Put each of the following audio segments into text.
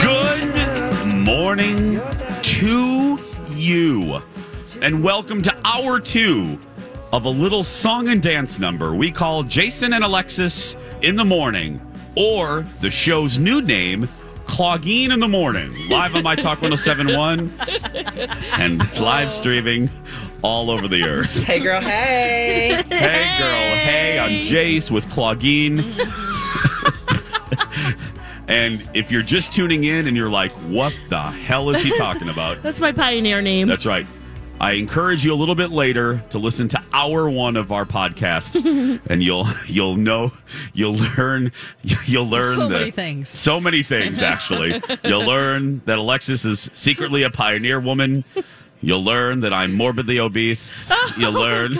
Good morning to you, and welcome to hour two of a little song and dance number we call Jason and Alexis in the morning, or the show's new name, Clogging in the Morning, live on My Talk 1071 and live streaming all over the earth. Hey, girl. Hey. Hey, girl. Hey, I'm Jace with Claudine. and if you're just tuning in and you're like, what the hell is he talking about? That's my pioneer name. That's right. I encourage you a little bit later to listen to hour one of our podcast, and you'll you'll know you'll learn you'll learn So the- many things. So many things, actually. you'll learn that Alexis is secretly a pioneer woman. You'll learn that I'm morbidly obese. Oh, you'll learn.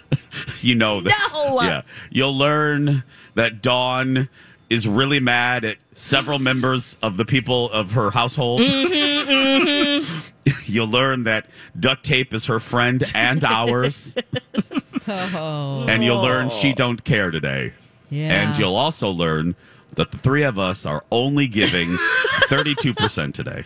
you know this. No! Yeah. You'll learn that Dawn is really mad at several members of the people of her household. Mm-hmm, You'll learn that duct tape is her friend and ours, Oh, and you'll learn she don't care today. yeah. And you'll also learn that the three of us are only giving 32% today.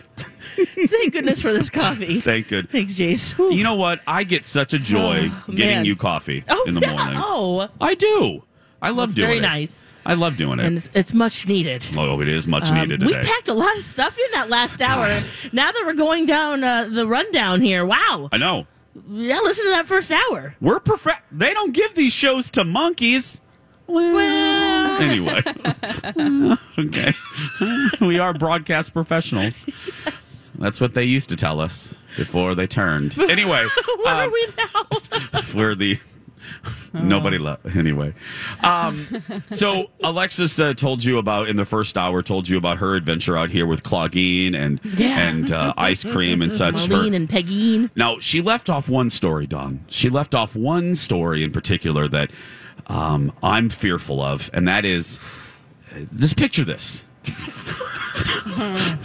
Thank goodness for this coffee. Thank good. Thanks, Jace. Whew. You know what? I get such a joy Oh, getting man. you coffee oh, in the morning. No. I do. I love That's doing very it. nice. I love doing it. And it's, it's much needed. oh, it is much needed Um, we today. packed a lot of stuff in that last hour. now that we're going down uh, the rundown here, wow. I know. Yeah, listen to that first hour. We're perfect. They don't give these shows to monkeys. Well, anyway, okay, we are broadcast professionals. That's what they used to tell us before they turned. Anyway, Where um, are we now? we're the Oh. nobody left. Anyway, um, so Alexis uh, told you about in the first hour told you about her adventure out here with Claudine and Yeah. and uh, ice cream and such. Her- Marlene and Peggine. now, she left off one story, Don. She left off one story in particular that um, I'm fearful of, and that is uh, just picture this.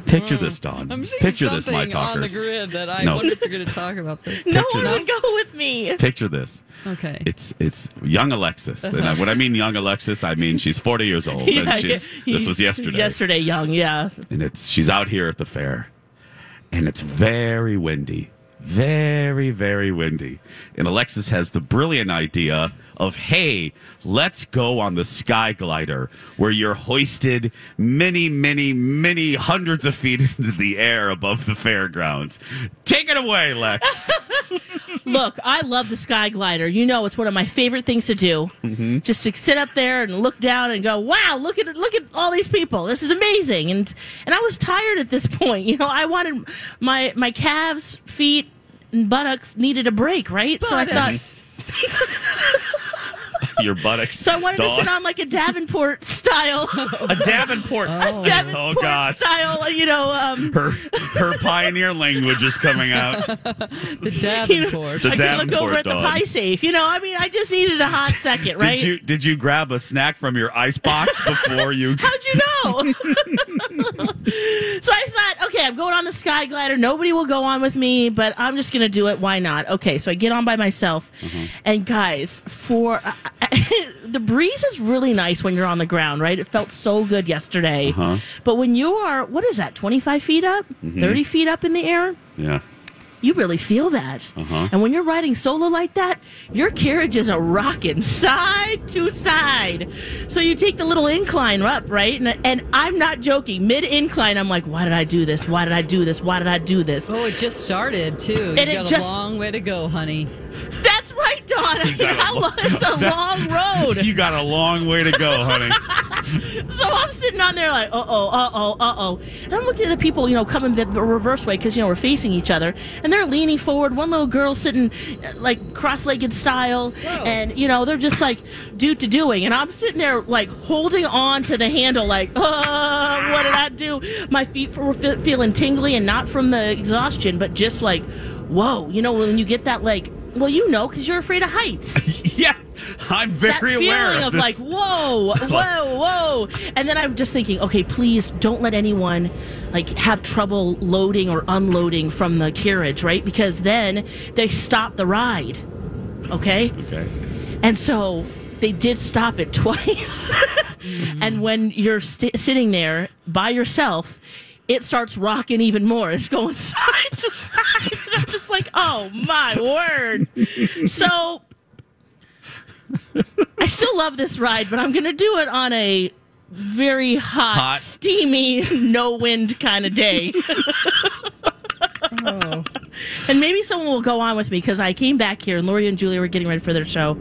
picture this, Don. Hmm. I'm seeing Picture something this, my talkers. on the grid that I No. wonder if you're going to talk about this. No Picture one this. would go with me. Picture this. Okay. It's it's young Alexis, and I, when I mean young Alexis, I mean she's 40 years old, Yeah, and she's yeah. this was yesterday. Yesterday, young, yeah. and it's she's out here at the fair and it's very windy very very windy and alexis has the brilliant idea of hey let's go on the sky glider where you're hoisted many many many hundreds of feet into the air above the fairgrounds take it away lex Look, I love the sky glider. You know, it's one of my favorite things to do. Mm-hmm. Just to sit up there and look down and go, "Wow, look at look at all these people. This is amazing." And and I was tired at this point. You know, I wanted my my calves, feet, and buttocks needed a break, right? So I thought. Buttocks. your buttocks So I wanted to sit Dawn. on like a Davenport style, a davenport oh, Davenport gosh style, you know, um, her her pioneer language is coming out the Davenport. The I could look over Davenport at the dog. pie safe. You know, I mean, I just needed a hot second, right? Did you did you grab a snack from your ice box before you? How'd you know? so I thought, okay, I'm going on the sky glider. Nobody will go on with me, but I'm just going to do it. Why not? Okay, so I get on by myself. And guys, for the breeze is really nice when you're on the ground, right? It felt so good yesterday. But when you are, what is that, 25 feet up, 30 feet up in the air? yeah, you really feel that. And when you're riding solo like that, your carriage is a rocking side to side. So you take the little incline up, right? And, and I'm not joking. Mid incline, I'm like, why did I do this? Why did I do this? Why did I do this? Oh, it just started too. You it got a just- long way to go, honey. That's right, Don. I mean, got a how lo- lo- it's a long road. You got a long way to go, honey. So I'm sitting on there like, uh oh, uh oh, uh oh. And I'm looking at the people, you know, coming the the reverse way because, you know, we're facing each other. And they're leaning forward. One little girl sitting uh, like cross legged style. And, you know, they're just like, do to doing. And I'm sitting there like holding on to the handle, like, uh, what did I do? My feet were fe- feeling tingly and not from the exhaustion, but just like, whoa, you know, when you get that like, well, you know, because you're afraid of heights yes, I'm that very feeling aware of, of, like this. whoa whoa whoa and then i'm just thinking okay please don't let anyone like have trouble loading or unloading from the carriage right because then they stop the ride okay okay. and so they did stop it twice and when you're st- sitting there by yourself it starts rocking even more. It's going side to side. And I'm just like, oh my word. So I still love this ride, but I'm going to do it on a very hot, Hot. steamy, no wind kind of day. And maybe someone will go on with me because I came back here and Lori and Julia were getting ready for their show.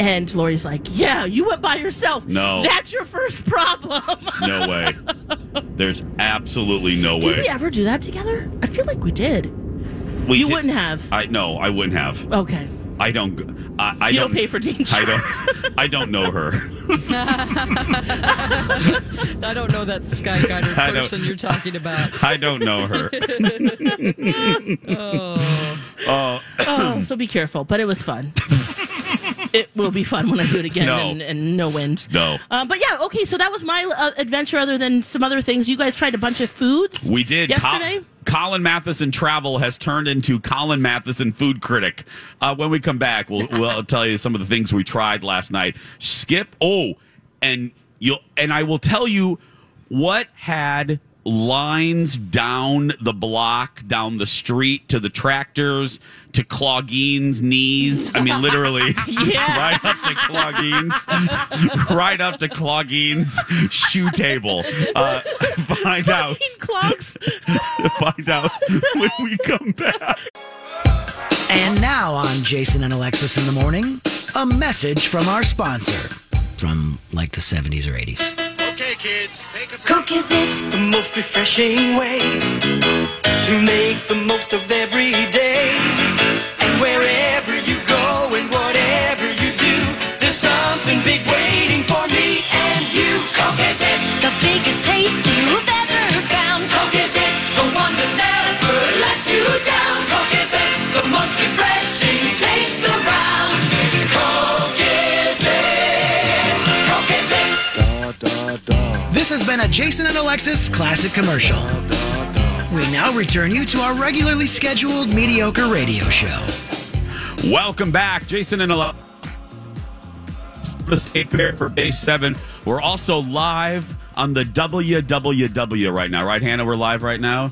And Lori's like, Yeah, you went by yourself. No. That's your first problem. No way. There's absolutely no Did way. we ever do that together? I feel like we did. We you did- wouldn't have. I no, I wouldn't have. Okay. I don't. g- I, I You don't pay for danger. I don't. I don't know her. I don't know that sky guider I don't- person you're talking about. I don't know her. Oh, so be careful. But it was fun. it will be fun when I do it again No. and, and no wind. No. Um, but yeah, okay. So that was my uh, adventure. Other than some other things, you guys tried a bunch of foods. We did. Col- yesterday. Colin Matheson travel has turned into Colin Matheson food critic. Uh, when we come back, we'll, we'll tell you some of the things we tried last night. Skip. Oh, and you'll and I will tell you what had lines down the block, down the street to the tractors, to Clogine's knees. I mean, literally, right up to Clogine's, right up to Clogine's shoe table. Uh, find out Clogs. find out when we come back. And now on Jason and Alexis in the morning, a message from our sponsor from like the 70s or 80s. Okay, kids, take a Coke is it? The most refreshing way to make the most of every day. And wherever you go and whatever you do, there's something big waiting for me and you. Coke is it, The biggest taste you've ever found. Coke is it, the one that never lets you down. Coke is it, the most refreshing taste around. Coke is it, Coke is it. This has been a Jason and Alexis classic commercial. We now return you to our regularly scheduled mediocre radio show. Welcome back, Jason and Ella. The State Fair for Day Seven. We're also live on the WWW right now, right, Hannah? We're live right now.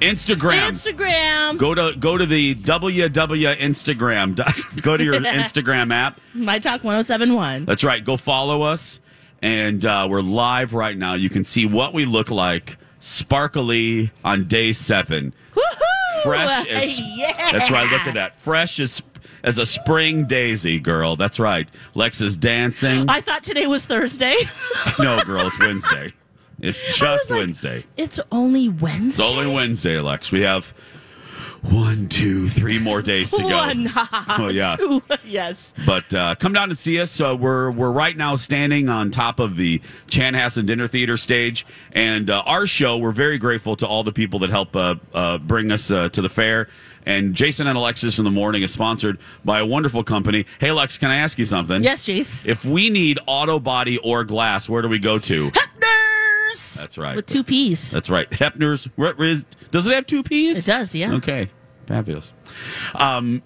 Instagram. Instagram. Go to go to the WW Instagram. dot- Go to your Instagram app. My Talk 1071. That's right. Go follow us, and uh, we're live right now. You can see what we look like, sparkly on day seven. Woohoo! fresh as yeah. that's right look at that fresh as as a spring daisy girl that's right lex is dancing I thought today was Thursday. no girl it's wednesday it's just wednesday it's only it's Wednesday. only wednesday lex we have one two three more days to go One. oh yeah Two. yes. but uh, come down and see us. Uh, we're we're right now standing on top of the Chanhassen Dinner Theater stage, and uh, our show. We're very grateful to all the people that help uh, uh, bring us uh, to the fair. And Jason and Alexis in the morning is sponsored by a wonderful company. Hey, Lex, can I ask you something? Yes, Jace. If we need auto body or glass, where do we go to? Hepners. That's right. With two P's. That's right. Hepner's. Where is? Does it have two P's? It does, yeah. Okay. Fabulous. Um,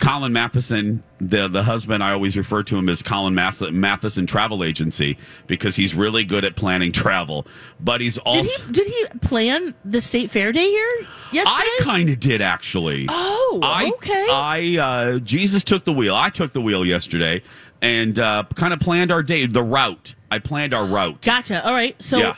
Colin Matheson, the the husband, I always refer to him as Colin Mas- Matheson Travel Agency because he's really good at planning travel. But he's Did also he did he plan the state fair day here yesterday? I kind of did actually. oh, I, okay. I uh, Jesus took the wheel. I took the wheel yesterday and uh, kind of planned our day, the route. I planned our route. gotcha. All right. So, Yeah.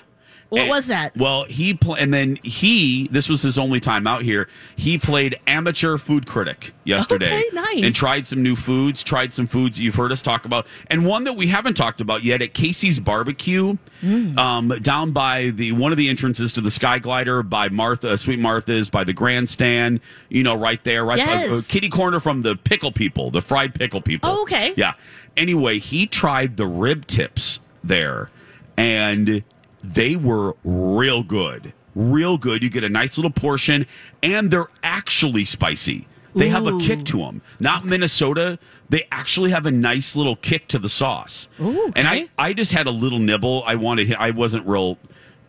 what And- was that? Well, he pl- and then he. This was his only time out here. He played amateur food critic yesterday. Okay, nice. And tried some new foods. Tried some foods that you've heard us talk about, and one that we haven't talked about yet at Casey's Barbecue, Hmm. um, down by the one of the entrances to the Sky Glider by Martha, Sweet Martha's, by the grandstand. You know, right there, right Yes. uh, uh, kitty corner from the pickle people, the fried pickle people. Oh, okay. Yeah. Anyway, he tried the rib tips there, and they were real good. Real good. You get a nice little portion, and they're actually spicy. They have a kick to them. Not Minnesota. They actually have a nice little kick to the sauce. Ooh, And okay. I, I just had a little nibble. I wanted. I wasn't real.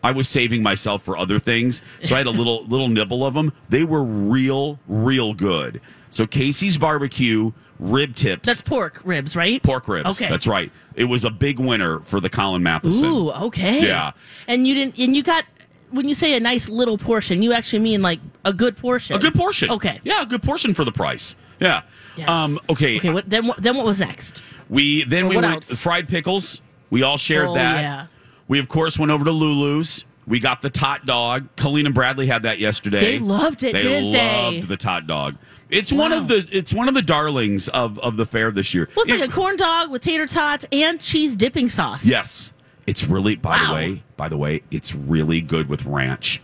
I was saving myself for other things, so I had a little little nibble of them. They were real, real good. So Casey's barbecue rib tips, That's pork ribs, right? pork ribs. Okay. That's right. It was a big winner for the Colin Matheson. Ooh, okay. Yeah. And you didn't and you got when you say a nice little portion, you actually mean like a good portion. A good portion. Okay. Yeah, a good portion for the price. Yeah. Yes. Um, okay. Okay, what then what then what was next? We then Or we what went else? fried pickles. We all shared Oh, that. yeah. We of course went over to Lulu's. We got the tot dog. Colleen and Bradley had that yesterday. They loved it, They didn't they? loved the tot dog. It's one Wow. of the it's one of the darlings of of the fair this year. Well, it's It- like a corn dog with tater tots and cheese dipping sauce. yes, it's really. By the Wow. way, by the way, it's really good with ranch.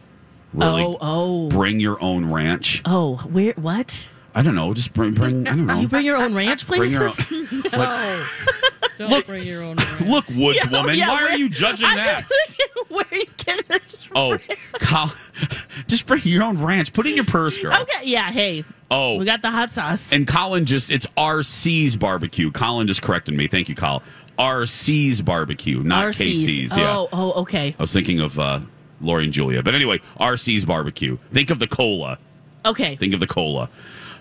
Really, Oh, oh. bring your own ranch. Oh, where what? I don't know. Just bring bring. I don't know. You bring your own ranch Bring places? your Oh. No. Don't bring your own. around. Look, Woods Yeah, woman, yeah, why are where- you judging I'm that? just thinking, where are you getting this from? Oh, Col- just bring your own ranch. Put it in your purse, girl. Okay, yeah, hey. Oh. We got the hot sauce. And Colin just, it's RC's barbecue. Colin just corrected me. Thank you, Colin. RC's barbecue, not KC's. RC's. Yeah. Oh, oh, okay. I was thinking of uh, Lori and Julia. But anyway, RC's barbecue. Think of the cola. Okay. Think of the cola.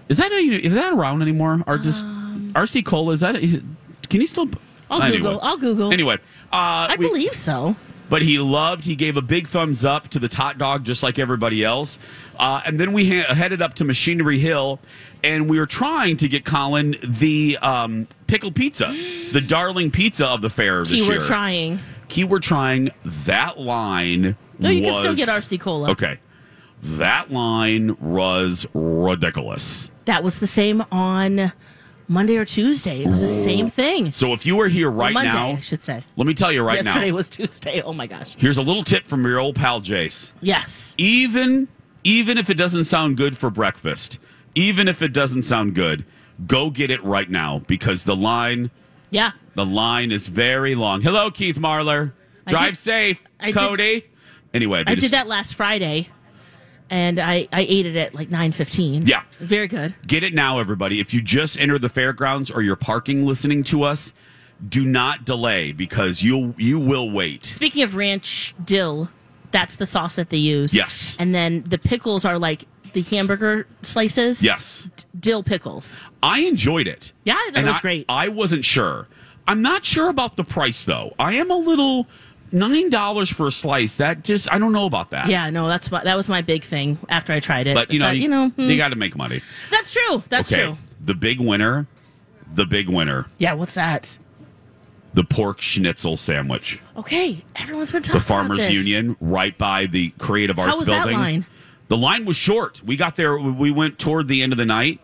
Is that, any- is that around anymore? Or just RC cola? Is that, is, it- can you still? Um. I'll anyway. Google. I'll Google. Anyway, uh, I we- believe so. but he loved. He gave a big thumbs up to the tot dog, just like everybody else. Uh, and then we ha- headed up to Machinery Hill, and we were trying to get Colin the um, pickle pizza, the darling pizza of the fair this You year. were trying. Keyword trying. That line. No, you can still was- get RC Cola. Okay, that line was ridiculous. That was the same on Monday or Tuesday. It was the same thing. So if you were here right Monday, now, I should say. let me tell you right Yesterday now. was Tuesday. Oh my gosh. Here's a little tip from your old pal Jace. Yes. even even if it doesn't sound good for breakfast, even if it doesn't sound good, go get it right now because the line Yeah. the line is very long. Hello, Keith Marlar. Drive did- safe, I did- Cody. anyway, I did that last Friday and I, I ate it at like 9.15. Yeah. Very good. Get it now, everybody. If you just entered the fairgrounds or you're parking listening to us, do not delay because you'll you will wait. Speaking of ranch dill, that's the sauce that they use. Yes. And then the pickles are like the hamburger slices. Yes. Dill pickles. I enjoyed it. Yeah, that And was I- great. I wasn't sure. I'm not sure about the price though. I am a little nine dollars for a slice. That just I don't know about that. Yeah, no, that's my, that was my big thing after I tried it. But you know, you know, hmm. you got to make money. that's true. That's true. The big winner, the big winner, Yeah, what's that? the pork schnitzel sandwich. Okay, everyone's been talking The about Farmers this. Union, right by the Creative Arts was that Building. line? The line was short. We got there. We went toward the end of the night.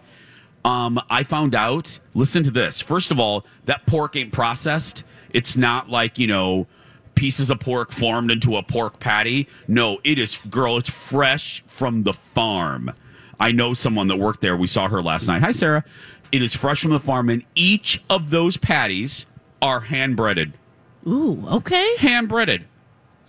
Um, I found out. Listen to this. First of all, that pork ain't processed. It's not like you know pieces of pork formed into a pork patty. No, it is girl. It's fresh from the farm. I know someone that worked there. We saw her last night. Hi, Sarah. It is fresh from the farm, and each of those patties are hand breaded. Ooh, okay. Hand breaded.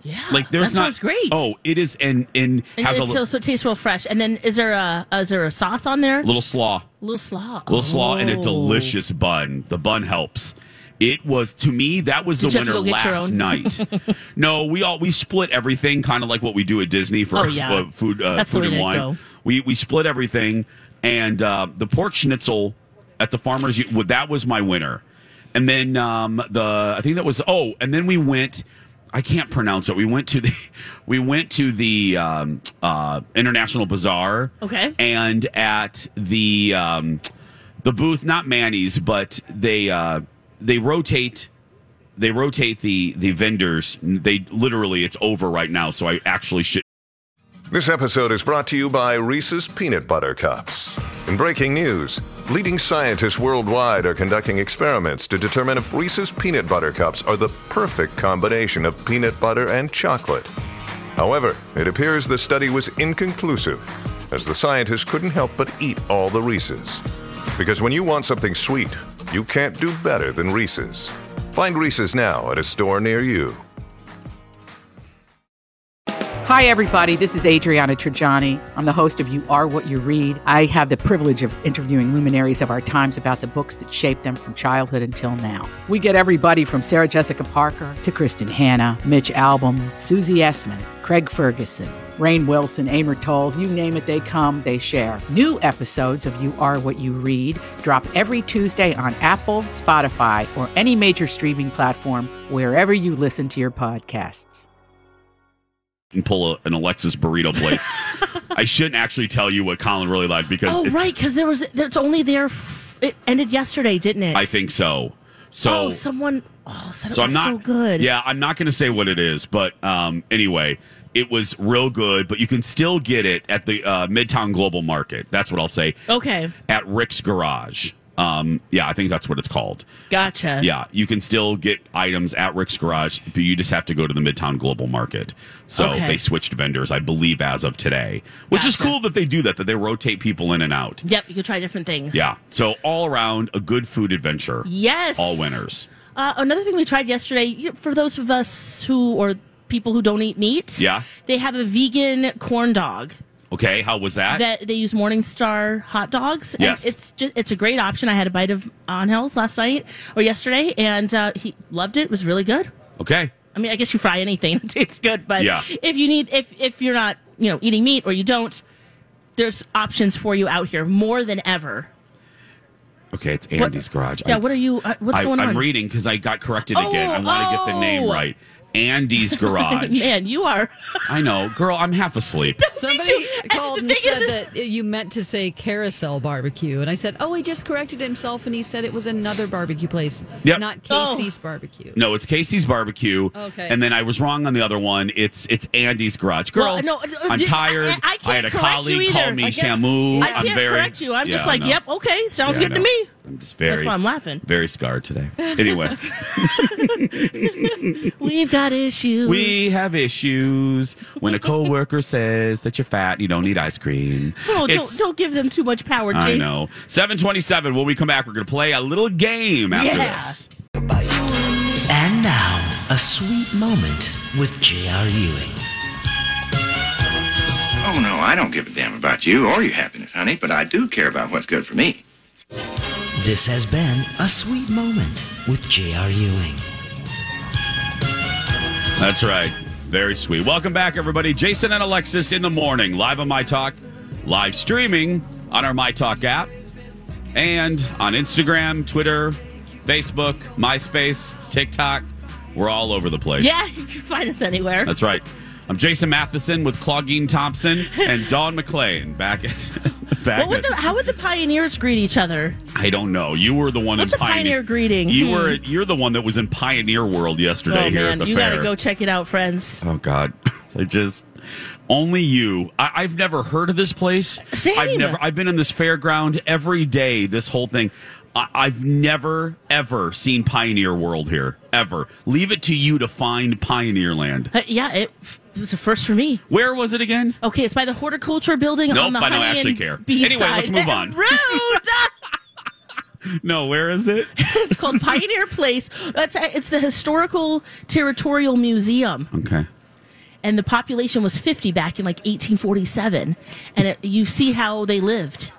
Yeah, Like there's that not sounds great. Oh, it is and and, and has it, a so, li- so it tastes real fresh. And then is there a is there a sauce on there? little slaw, little slaw. little slaw, and a Oh. delicious bun. The bun helps. It was to me that was the Did you have to winner go get your last own? night. no, we all we split everything, kind of like what we do at Disney for Oh, yeah. uh, food, uh, That's the food way and to wine. go. We we split everything, and uh, the pork schnitzel at the farmers. U- well, that was my winner, and then um, the I think that was oh, and then we went. I can't pronounce it. We went to the we went to the um, uh, international bazaar. Okay. and at the um, the booth, not Manny's, but they uh, they rotate they rotate the the vendors. They literally it's over right now, so I actually should. This episode is brought to you by Reese's Peanut Butter Cups. In breaking news, leading scientists worldwide are conducting experiments to determine if Reese's Peanut Butter Cups are the perfect combination of peanut butter and chocolate. However, it appears the study was inconclusive, as the scientists couldn't help but eat all the Reese's. Because when you want something sweet, you can't do better than Reese's. Find Reese's now at a store near you. Hi, everybody. This is Adriana Trajani. I'm the host of You Are What You Read. I have the privilege of interviewing luminaries of our times about the books that shaped them from childhood until now. We get everybody from Sarah Jessica Parker to Kristen Hanna, Mitch Albom, Susie Essman, Craig Ferguson, Rain Wilson, Amor Tolls, you name it, they come, they share. New episodes of You Are What You Read drop every Tuesday on Apple, Spotify, or any major streaming platform wherever you listen to your podcasts. and pull a, an Alexis burrito place. I shouldn't actually tell you what Colin really liked because Oh, it's, right, because there was it's only there. F- it ended yesterday, didn't it? I think so. So, oh, someone oh said it so was I'm not so good. Yeah, I'm not going to say what it is, but um, anyway, it was real good. But you can still get it at the uh, Midtown Global Market. That's what I'll say. Okay. At Rick's Garage. Um, yeah, I think that's what it's called. Gotcha. Yeah, you can still get items at Rick's Garage, but you just have to go to the Midtown Global Market. So Okay. they switched vendors, I believe, as of today, which is Gotcha. cool that they do that, that they rotate people in and out. Yep. You can try different things. Yeah. So all around, a good food adventure. Yes. All winners. Uh, another thing we tried yesterday you- for those of us who or people who don't eat meat. Yeah. They have a vegan corn dog Okay. How was that? that they use Morningstar hot dogs. And Yes. It's just it's a great option. I had a bite of Angel's last night or yesterday, and uh, he loved it. It was really good. okay. I mean, I guess you fry anything; it tastes good. But Yeah. if you need, if if you're not, you know, eating meat or you don't, there's options for you out here more than ever. Okay. It's Andy's Garage. Yeah. what are you? Uh, what's I, going on? I'm reading because I got corrected Oh, again. I want to get the name oh. right. Andy's Garage. Man, you are. I know. Girl, I'm half asleep. Somebody called And and the thing said is- that you meant to say carousel barbecue, and I said, "Oh, he just corrected himself, and he said it was another barbecue place, Yep. not Oh. Casey's barbecue." No, it's Casey's Barbecue. Okay. And then I was wrong on the other one. It's it's Andy's Garage. Girl, Well, no, uh, I'm I- tired. I- I can't had a correct you colleague either. call me I guess- Shamu. I am can't very, correct you. I'm Yeah, just like, no. yep, okay, sounds Yeah, I good to know. me. I'm just very, That's why I'm laughing. very scarred today. Anyway, We've got issues. we have issues when a coworker says that you're fat, you don't need ice cream. No, don't, It's- don't give them too much power, Jason. I know. 727, when we come back, we're going to play a little game after Yeah. this. And now, a sweet moment with J.R. Ewing. Oh, no, I don't give a damn about you or your happiness, honey, but I do care about what's good for me. This has been a sweet moment with J.R. Ewing. That's right. Very sweet. Welcome back, everybody. Jason and Alexis in the morning, live on My Talk, live streaming on our My Talk app, and on Instagram, Twitter, Facebook, MySpace, TikTok. We're all over the place. Yeah, you can find us anywhere. That's right. I'm Jason Matheson with Claudine Thompson and Dawn McClain back at. back what would at- the, how would the pioneers greet each other? I don't know. You were the one What's in a pioneer greeting? You Hmm. were you're the one that was in Pioneer World yesterday oh here man, at the you fair. gotta go check it out, friends. Oh God! I just only you. I, I've never heard of this place. Same. I've never. I've been in this fairground every day. This whole thing. I, I've never ever seen Pioneer World here ever. Leave it to you to find Pioneer Land. Uh, yeah, it, it was a first for me. Where was it again? Okay, it's by the horticulture building Nope, on the I don't Honey actually and care. Bee Anyway, side. let's move on. Rude. No, where is it? it's called Pioneer Place. That's uh, it's the historical territorial museum, Okay. and the population was 50 back in like 1847, and it, you see how they lived.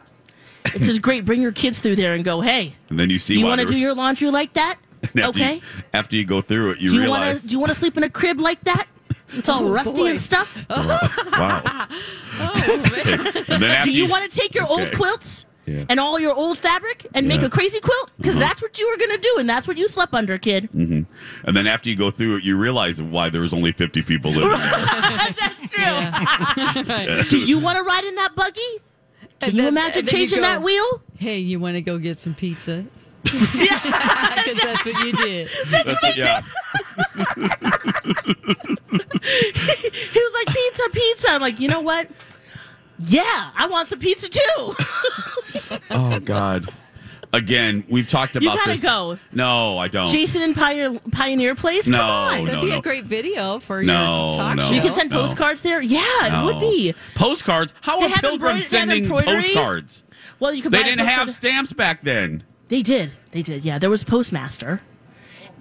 It's just great. Bring your kids through there and go. Hey, And then you see. you why want to there do was- your laundry like that? after okay. You, after you go through it, you, do you want realize. to do you want to sleep in a crib like that? It's all Oh, rusty boy. and stuff. wow. Oh, man. And then after do you want to take your old Okay. quilts? Yeah. and all your old fabric and make Yeah. a crazy quilt because Uh-huh. that's what you were going to do and that's what you slept under, kid. hmm And then after you go through it, you realize why there was only 50 people living there. that's true. do you want to ride in that buggy? Can And you then- imagine and then you changing go, that wheel? Hey, you want to go get some pizza? Because that's what you did. That's it, yeah. He was like, pizza, pizza. I'm like, you know what? Yeah, I want some pizza too. Oh, God. Again, we've talked You about gotta this. go. No, I don't. Jason and Pioneer, Pioneer Place? No, Come on. no, That'd be a no. great video for No, your talk no, show. You could send no. postcards there? Yeah, No. it would be. Postcards? How They are have pilgrims embroider- they have sending embroidery. postcards? Well, you could They buy a didn't have postcard- stamps back then. They did. They did. Yeah, there was Postmaster.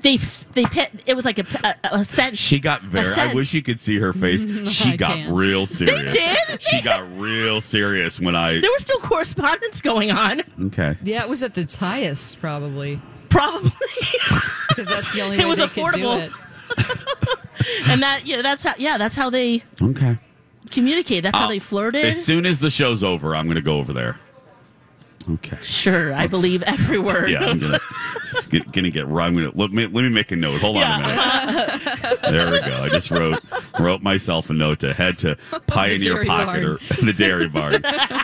They they pe- it was like a pe- a, a cent. She got very. I sense. wish you could see her face. She I got can't. real serious. did? She got real serious when I. There was still correspondence going on. Okay. Yeah, it was at its highest, probably. Probably. Because that's the only It way was they affordable. could do it. and that yeah, that's how yeah, that's how they Okay. communicate. That's how I'll- they flirted. As soon as the show's over, I'm going to go over there. Okay. sure, I Let's- believe every word. Yeah, I'm gonna get, gonna get. I'm gonna let me let me make a note. Hold on a minute. There we go. I just wrote wrote myself a note to head to Pioneer Dairy Pocket Barn. or the Dairy Barn.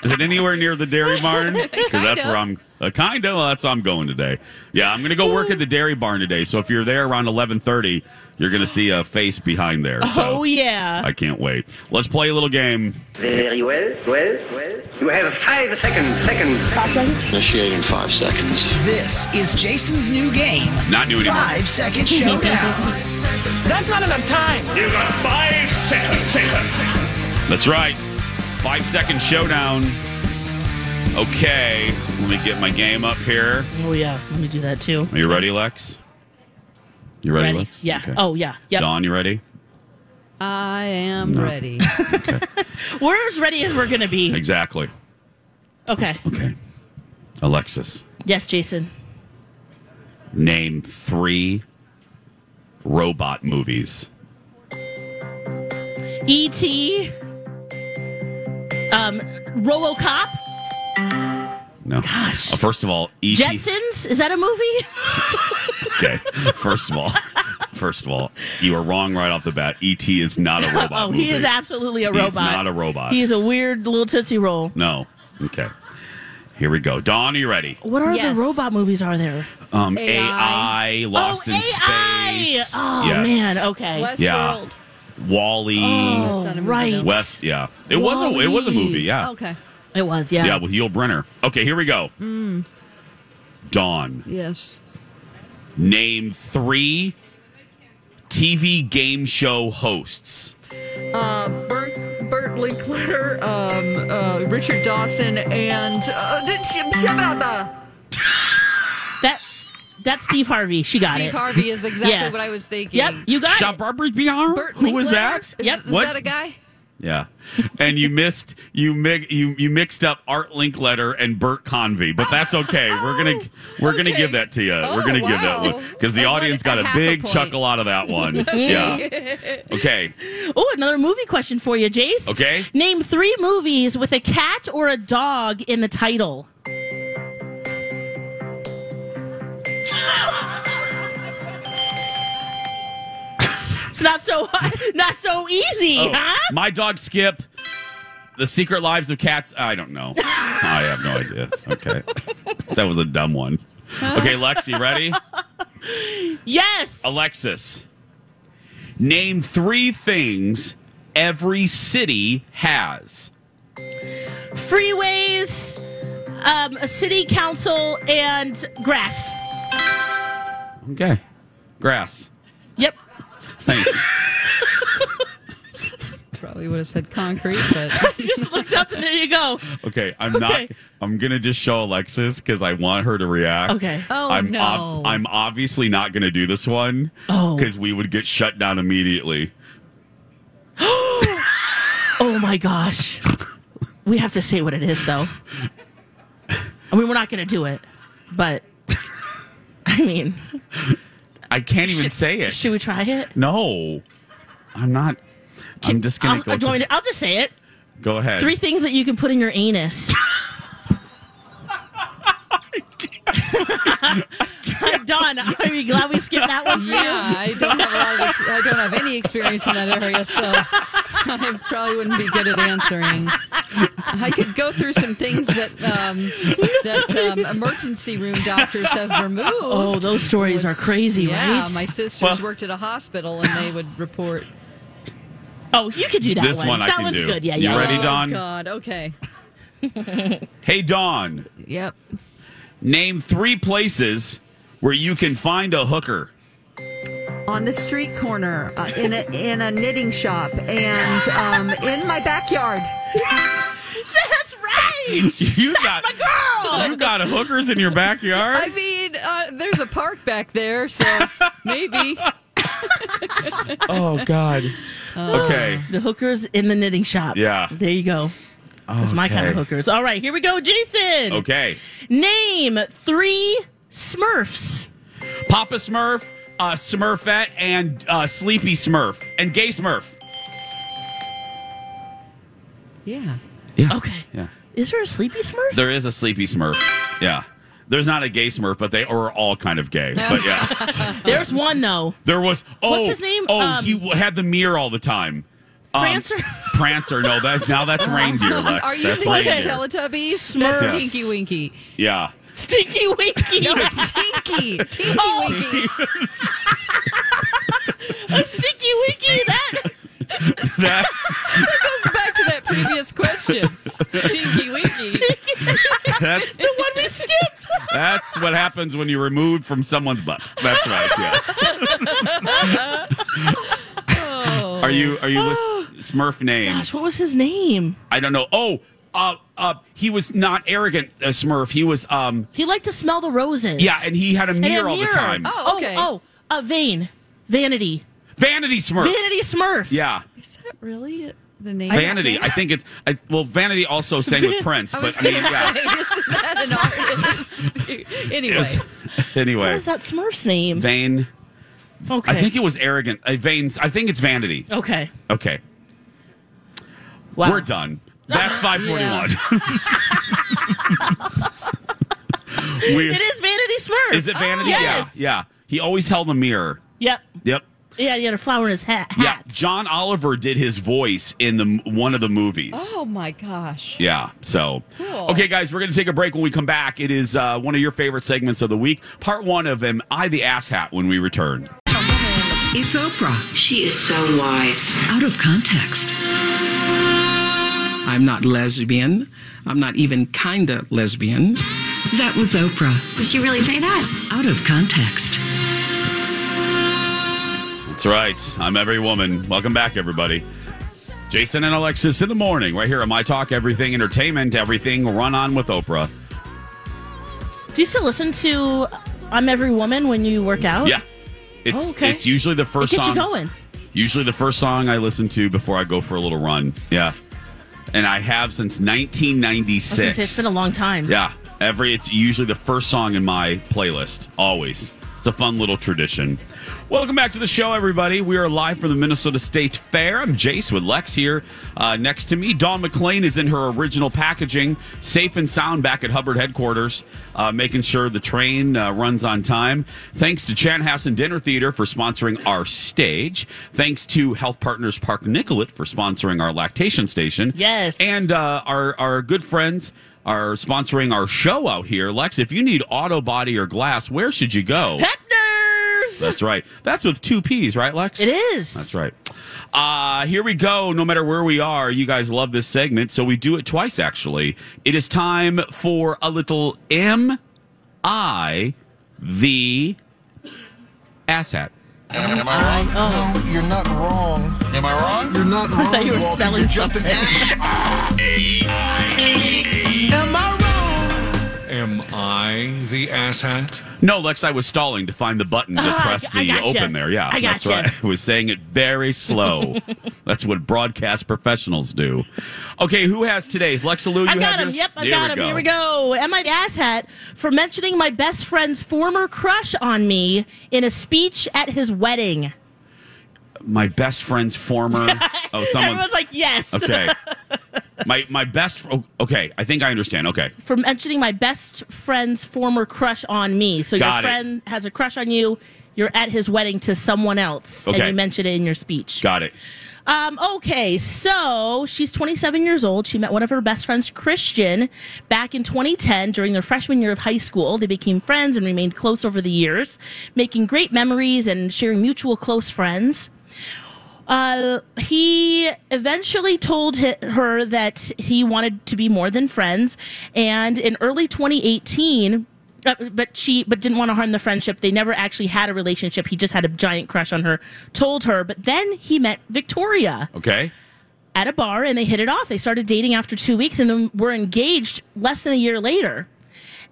Is it anywhere near the Dairy Barn? Because that's Kinda. where I'm. Uh, kind of. that's where I'm going today. Yeah, I'm gonna go work at the Dairy Barn today. So if you're there around 11:30, you're gonna see a face behind there. So oh yeah. I can't wait. Let's play a little game. Very well, well, well. You have five seconds, seconds. Five seconds? Initiate in five seconds. This is Jason's new game. Not new anymore. Five second showdown. That's not enough time. You got five seconds. That's right. Five second showdown. Okay, let me get my game up here. Oh yeah. Let me do that too. Are you ready, Lex? You ready, Lex? Yeah. Okay. Oh yeah. Yep. Dawn, you ready? I am No. ready. We're as ready as we're gonna be. Exactly. Okay. Okay. Alexis, Yes, Jason. name three robot movies. E.T. E Um, RoboCop. E No. Gosh. uh, first of all, E.T. Jetsons. Is that a movie? Okay. First of all, first of all, you are wrong right off the bat. E.T. is not a robot oh, movie. he is absolutely a He's robot. not a robot. He is a weird little tootsie roll. No. Okay. Here we go. Dawn, are you ready? What are Yes. the robot movies? Are there? Um, AI. AI, Lost in AI. Space. Oh Yes. man. Okay. Yeah. Westworld. Wally. Oh, right. West. Yeah. It was a. It was a movie. Yeah. Oh, Okay. It was. Yeah. Yeah. with Yul Brenner. Okay. Here we go. Dawn. Yes. Name three TV game show hosts. Um, Bert, Bert Linkletter, um, uh, Richard Dawson, and uh, did she- she- uh, blah, blah. That. That's Steve Harvey. She got Steve it. Harvey is exactly Yeah. what I was thinking. Yep. You got Shot it. Barbara Beyond. Bert Who was Linkletter? that? Is, is What? that a guy? Yeah. And you missed you mi- you you mixed up Art Linkletter and Bert Convey, but that's okay. we're going to we're going to Oh, okay. give that to you. Oh, we're going to give that wow. one cuz the I won audience a got a half a big point. chuckle out of that one. yeah. Okay. Oh, another movie question for you, Jace. Okay. Name three movies with a cat or a dog in the title. it's not so not so easy, Oh, huh? My dog Skip The Secret Lives of Cats. I don't know. I have no idea. Okay. That was a dumb one. Okay, Lexi, ready? Yes. Alexis, name three things every city has. Freeways, um, a city council, and grass. Okay. Grass. Yep. Thanks. Probably would have said concrete, but Just looked up and there you go. Okay, I'm not. Okay. I'm gonna just show Alexis because I want her to react. Okay. Oh, I'm no. I'm obviously not gonna do this one Oh. because we would get shut down immediately. Oh my gosh. We have to say what it is, though. I mean, we're not going to do it, but I mean, I can't even say it. should we try it? no, I'm not. I'm just gonna I'll, go. I'll, through- I'll just say it. go ahead. Three things that you can put in your anus. God, Dawn, are you glad we skipped that one? Yeah, I don't have a lot of ex- I don't have any experience in that area, so I probably wouldn't be good at answering. I could go through some things that um, that um, emergency room doctors have removed. Oh, those stories are crazy, yeah, right? my sisters Well- worked at a hospital and they would report. Oh, you could do that This one I that can one's do. good. Yeah, Uh, You yeah. ready, yeah. Dawn? Oh God, okay. Hey, Dawn. Yep. Name three places where you can find a hooker. on the street corner uh, in a in a knitting shop and um, in my backyard. That's right. You got girl! You got hookers in your backyard. I mean, uh, there's a park back there, so maybe. oh God. okay. The hookers in the knitting shop. Yeah. There you go. That's my kind of Okay. hookers. All right, here we go, Jason. Okay. Name three Smurfs. Papa Smurf, uh, Smurfette, and uh, Sleepy Smurf, and Gay Smurf. Yeah. Yeah. Okay. Yeah. Is there a sleepy Smurf? There is a Sleepy Smurf. Yeah. There's not a gay Smurf, but they are all kind of gay. But yeah, There's one though. there was. Oh, What's his name? Oh, Um, he w- had the mirror all the time. Um, Prancer. Prancer. No, that now that's reindeer. Lex. Are you that's thinking reindeer. Teletubbies? Smurfs. That's Tinky Winky. yeah. Stinky Winky. No, Tinky. Tinky Oh. Winky. a Stinky Winky. That That. It goes back to that previous question. Stinky Winky. That's the one we skipped. That's what happens when you're removed from someone's butt. That's right. Yes. Are you are you list- Smurf names? Oh. Gosh, what was his name? I don't know. Oh, uh, uh, he was not arrogant, uh, Smurf. He was um, He liked to smell the roses. yeah, and he had a And a mirror, all the time. Oh. okay. Oh, oh, a vein, vanity, Vanity Smurf. vanity Smurf. yeah, Is that really it- the name? Vanity. I think it's I, well, Vanity also sang with Prince, I was but I going mean, to yeah. say, isn't that an artist? anyway. Yes. anyway, What was that Smurf's name? vain. okay. I think it was arrogant. Uh, vains. I think it's vanity. okay. Okay, Wow. we're done. That's five forty-one. we, It is vanity Smurf. Oh, Is it vanity? Yeah. Yes. Yeah. He always held a mirror. Yep. Yep. Yeah, he had a flower in his hat. Yeah. hat. John Oliver did his voice in the one of the movies. Oh my gosh. Yeah. So, Cool. okay, guys, we're going to take a break when we come back. It is uh, one of your favorite segments of the week, part one of Am I the Ass Hat when we return. It's Oprah. She is so wise. Out of context. I'm not lesbian. I'm not even kinda lesbian. That was Oprah. Did she really say that? Out of context. That's right. I'm every woman. Welcome back, everybody. Jason and Alexis in the morning, right here on My Talk Everything Entertainment, everything run on with Oprah. Do you still listen to "I'm Every Woman" when you work out? Yeah. It's Oh, okay. it's usually the It first gets song. you going. Usually the first song I listen to before I go for a little run. Yeah. And I have since I was gonna 1996. say, it's been a long time. yeah. Every it's usually the first song in my playlist always. It's a fun little tradition. Welcome back to the show, everybody. We are live from the Minnesota State Fair. I'm Jace with Lex here. Uh, next to me, Dawn McLean is in her original packaging, safe and sound back at Hubbard headquarters, uh, making sure the train uh, runs on time. Thanks to Chanhassen Dinner Theater for sponsoring our stage. Thanks to Health Partners Park Nicolet for sponsoring our lactation station. Yes. And uh, our, our good friends are sponsoring our show out here. Lex, if you need auto body or glass, where should you go? Petners. That's right. That's with two P's, right, Lex? It is. That's right. Uh, here we go. No matter where we are, you guys love this segment, so we do it twice, actually. It is time for a little M I the ass hat. Am I wrong? No, you're not wrong. Am I wrong? You're not wrong. I thought you were Walter. spelling You're just an Am I wrong? Am I the asshat? No, Lex, I was stalling to find the button to Ah, press I the gotcha. open there. Yeah, I that's gotcha. right. I was saying it very slow. that's what broadcast professionals do. Okay, who has today's? Lex Alou, you I have got him. yours? Yep, I Here got we him. go. Here we go. Am I the asshat for mentioning my best friend's former crush on me in a speech at his wedding? My best friend's former. Oh, someone. Everyone's like, yes. Okay. my my best. fr- oh, Okay, I think I understand. Okay, for mentioning my best friend's former crush on me. So Got it. your friend has a crush on you. You're at his wedding to someone else, and Okay. you mention it in your speech. got it. Um, okay, so she's 27 years old. She met one of her best friends, Christian, back in 2010 during their freshman year of high school. They became friends and remained close over the years, making great memories and sharing mutual close friends. Uh, he eventually told hi- her that he wanted to be more than friends, and in early 2018, uh, but she but didn't want to harm the friendship. They never actually had a relationship. He just had a giant crush on her. Told her, but then he met Victoria Okay, at a bar and they hit it off. They started dating after two weeks and then were engaged less than a year later.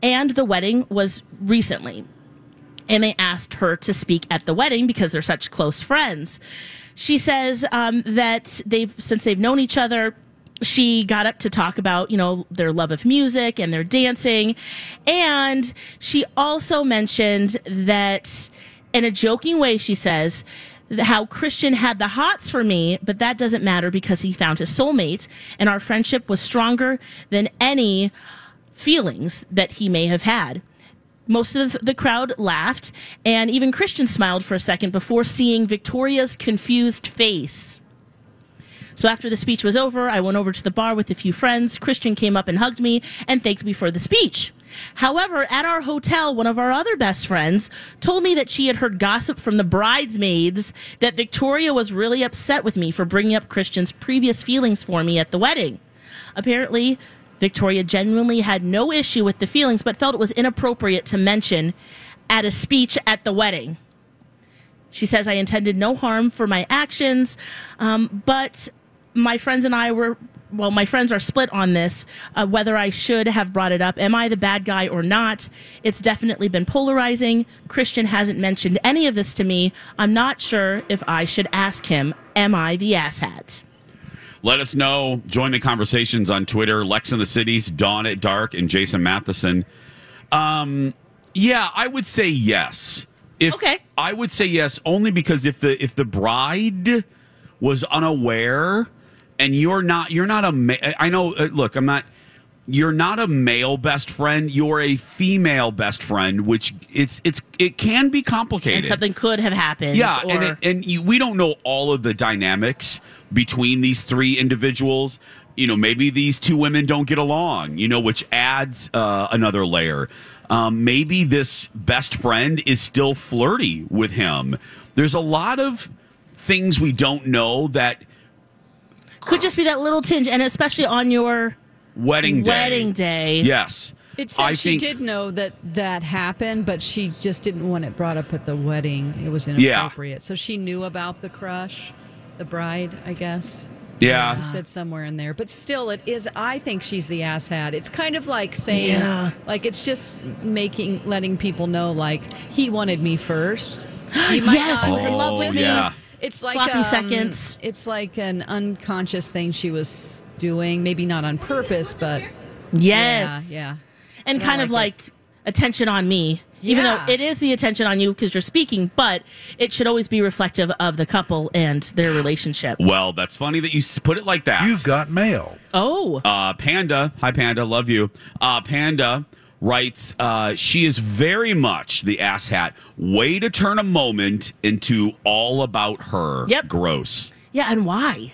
And the wedding was recently. And they asked her to speak at the wedding because they're such close friends. She says um, that they've, since they've known each other, she got up to talk about, you know, their love of music and their dancing. And she also mentioned that, in a joking way, she says, th- how Christian had the hots for me, but that doesn't matter because he found his soulmate and our friendship was stronger than any feelings that he may have had. Most of the crowd laughed, and even Christian smiled for a second before seeing Victoria's confused face. So after the speech was over, I went over to the bar with a few friends. Christian came up and hugged me and thanked me for the speech. However, at our hotel, one of our other best friends told me that she had heard gossip from the bridesmaids that Victoria was really upset with me for bringing up Christian's previous feelings for me at the wedding. Apparently, Victoria genuinely had no issue with the feelings, but felt it was inappropriate to mention at a speech at the wedding. She says, I intended no harm for my actions, um, but my friends and I were, well, my friends are split on this uh, whether I should have brought it up. Am I the bad guy or not? It's definitely been polarizing. Christian hasn't mentioned any of this to me. I'm not sure if I should ask him, Am I the asshat? Let us know. Join the conversations on Twitter. Lex in the Cities, Dawn at Dark, and Jason Matheson. Um, yeah, I would say yes. If, okay. I would say yes only because if the if the bride was unaware and you're not you're not a ma- I know. uh, Look, I'm not. You're not a male best friend. You're a female best friend, which it's it's it can be complicated. And something could have happened. Yeah, or, and, it, and you, we don't know all of the dynamics between these three individuals. You know, maybe these two women don't get along. You know, which adds uh, another layer. Um, maybe this best friend is still flirty with him. There's a lot of things we don't know that could just be that little tinge, and especially on your wedding day. Wedding day. Yes. It said she did know that that happened, but she just didn't want it brought up at the wedding. It was Yeah. inappropriate. So she knew about the crush, the bride, I guess. Yeah. She said somewhere in there. But still, it is, I think she's the asshat. It's kind of like saying, Yeah. like, it's just making, letting people know, like, he wanted me first. He Yes, he was in love with just me. a- Yeah. It's like Sloppy um, seconds. It's like an unconscious thing she was doing, maybe not on purpose, but Yes. yeah, yeah. And I kind of like like attention on me. Even though Yeah. it is the attention on you because you're speaking, but it should always be reflective of the couple and their relationship. Well, that's funny that you s- put it like that. You've got mail. Oh. Uh, Panda. Hi, Panda. Love you. Uh, Panda writes, uh, she is very much the asshat. Way to turn a moment into all about her. Yep. Gross. Yeah, and why?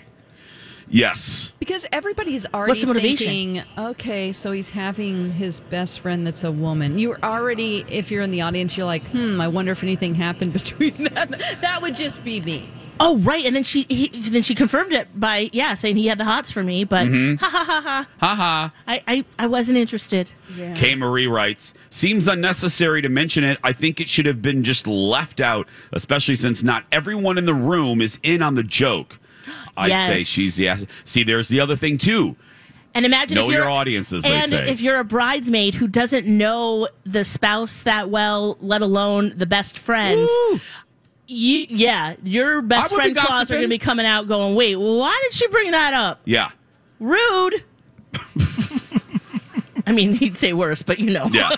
Yes. Because everybody's already the motivation? thinking, okay, so he's having his best friend that's a woman. You're already, if you're in the audience, you're like, hmm, I wonder if anything happened between them. That would just be me. Oh right, and then she he, then she confirmed it by yeah saying he had the hots for me, but Mhm. ha ha ha ha. Ha ha. I, I I wasn't interested. K. Marie writes, seems unnecessary to mention it. I think it should have been just left out, especially since not everyone in the room is in on the joke. I'd Yes. say she's the ass. See, there's the other thing, too. And imagine Know if you're, your audiences, they and say. if you're a bridesmaid who doesn't know the spouse that well, let alone the best friend. You, yeah, your best I would be friend claws are gossiping. going to be coming out going, wait, why did she bring that up? Yeah. Rude. I mean, he'd say worse, but you know. Yeah.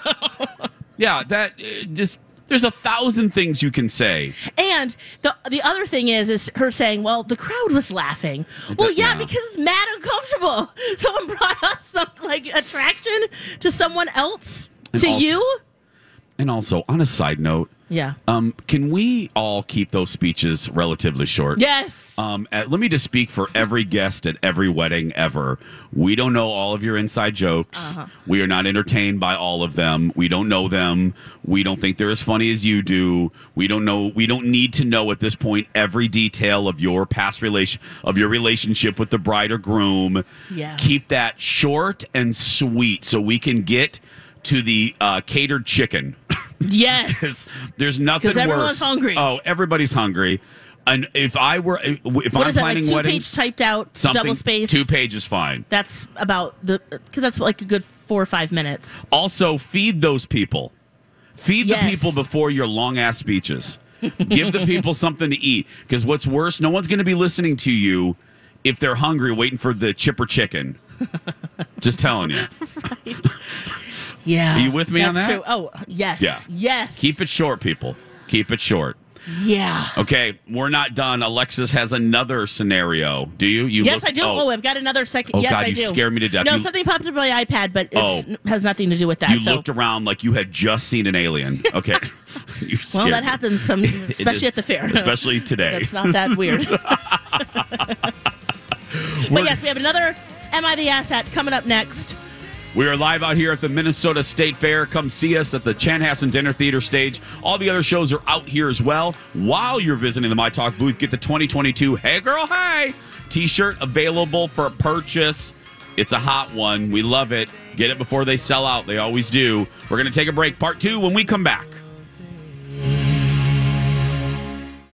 yeah, that uh, just there's a thousand things you can say. And the the other thing is is her saying, "Well, the crowd was laughing." It Well, does- yeah, yeah. because it's mad horrible. Someone brought up some like attraction to someone else And to also- you. And also, on a side note, Yeah. um, can we all keep those speeches relatively short? Yes. Um, uh, let me just speak for every guest at every wedding ever. We don't know all of your inside jokes. We are not entertained by all of them. We don't know them. We don't think they're as funny as you do. We don't know. We don't need to know at this point every detail of your past relation of your relationship with the bride or groom. Yeah. Keep that short and sweet so we can get to the uh, catered chicken. Yes. There's nothing 'Cause everyone's worse. hungry. Oh, everybody's hungry. And if I were, if what I'm is that? Like planning two weddings, page typed out, something double space. two page is fine. That's about the because that's like a good four or five minutes. Also, feed those people. Feed the Yes. people before your long ass speeches. Give the people something to eat. Because what's worse, no one's going to be listening to you if they're hungry, waiting for the chipper chicken. Just telling you. Yeah. Are you with me on That's that? True. Oh yes. Yeah. Yes. Keep it Oh, short, people. Keep it short. Yeah. Okay, we're not done. Alexis has another scenario. Do you? You yes, looked- I do. Oh, I've got another second. Oh, yes, God, I you do. scared me to death. No, You- something popped up on my iPad, but Oh. it has nothing to do with that. you so. looked around like you had just seen an alien. Okay. you well, scared that me. happens some, It is- especially at the fair. Especially today. That's not that weird. but We're- yes, we have another Am I the Asshat coming up next. We are live out here at the Minnesota State Fair. Come see us at the Chanhassen Dinner Theater stage. All the other shows are out here as well. While you're visiting the My Talk booth, get the 2022 Hey Girl Hey t-shirt available for purchase. It's a hot one. We love it. Get it before they sell out. They always do. We're going to take a break. Part two when we come back.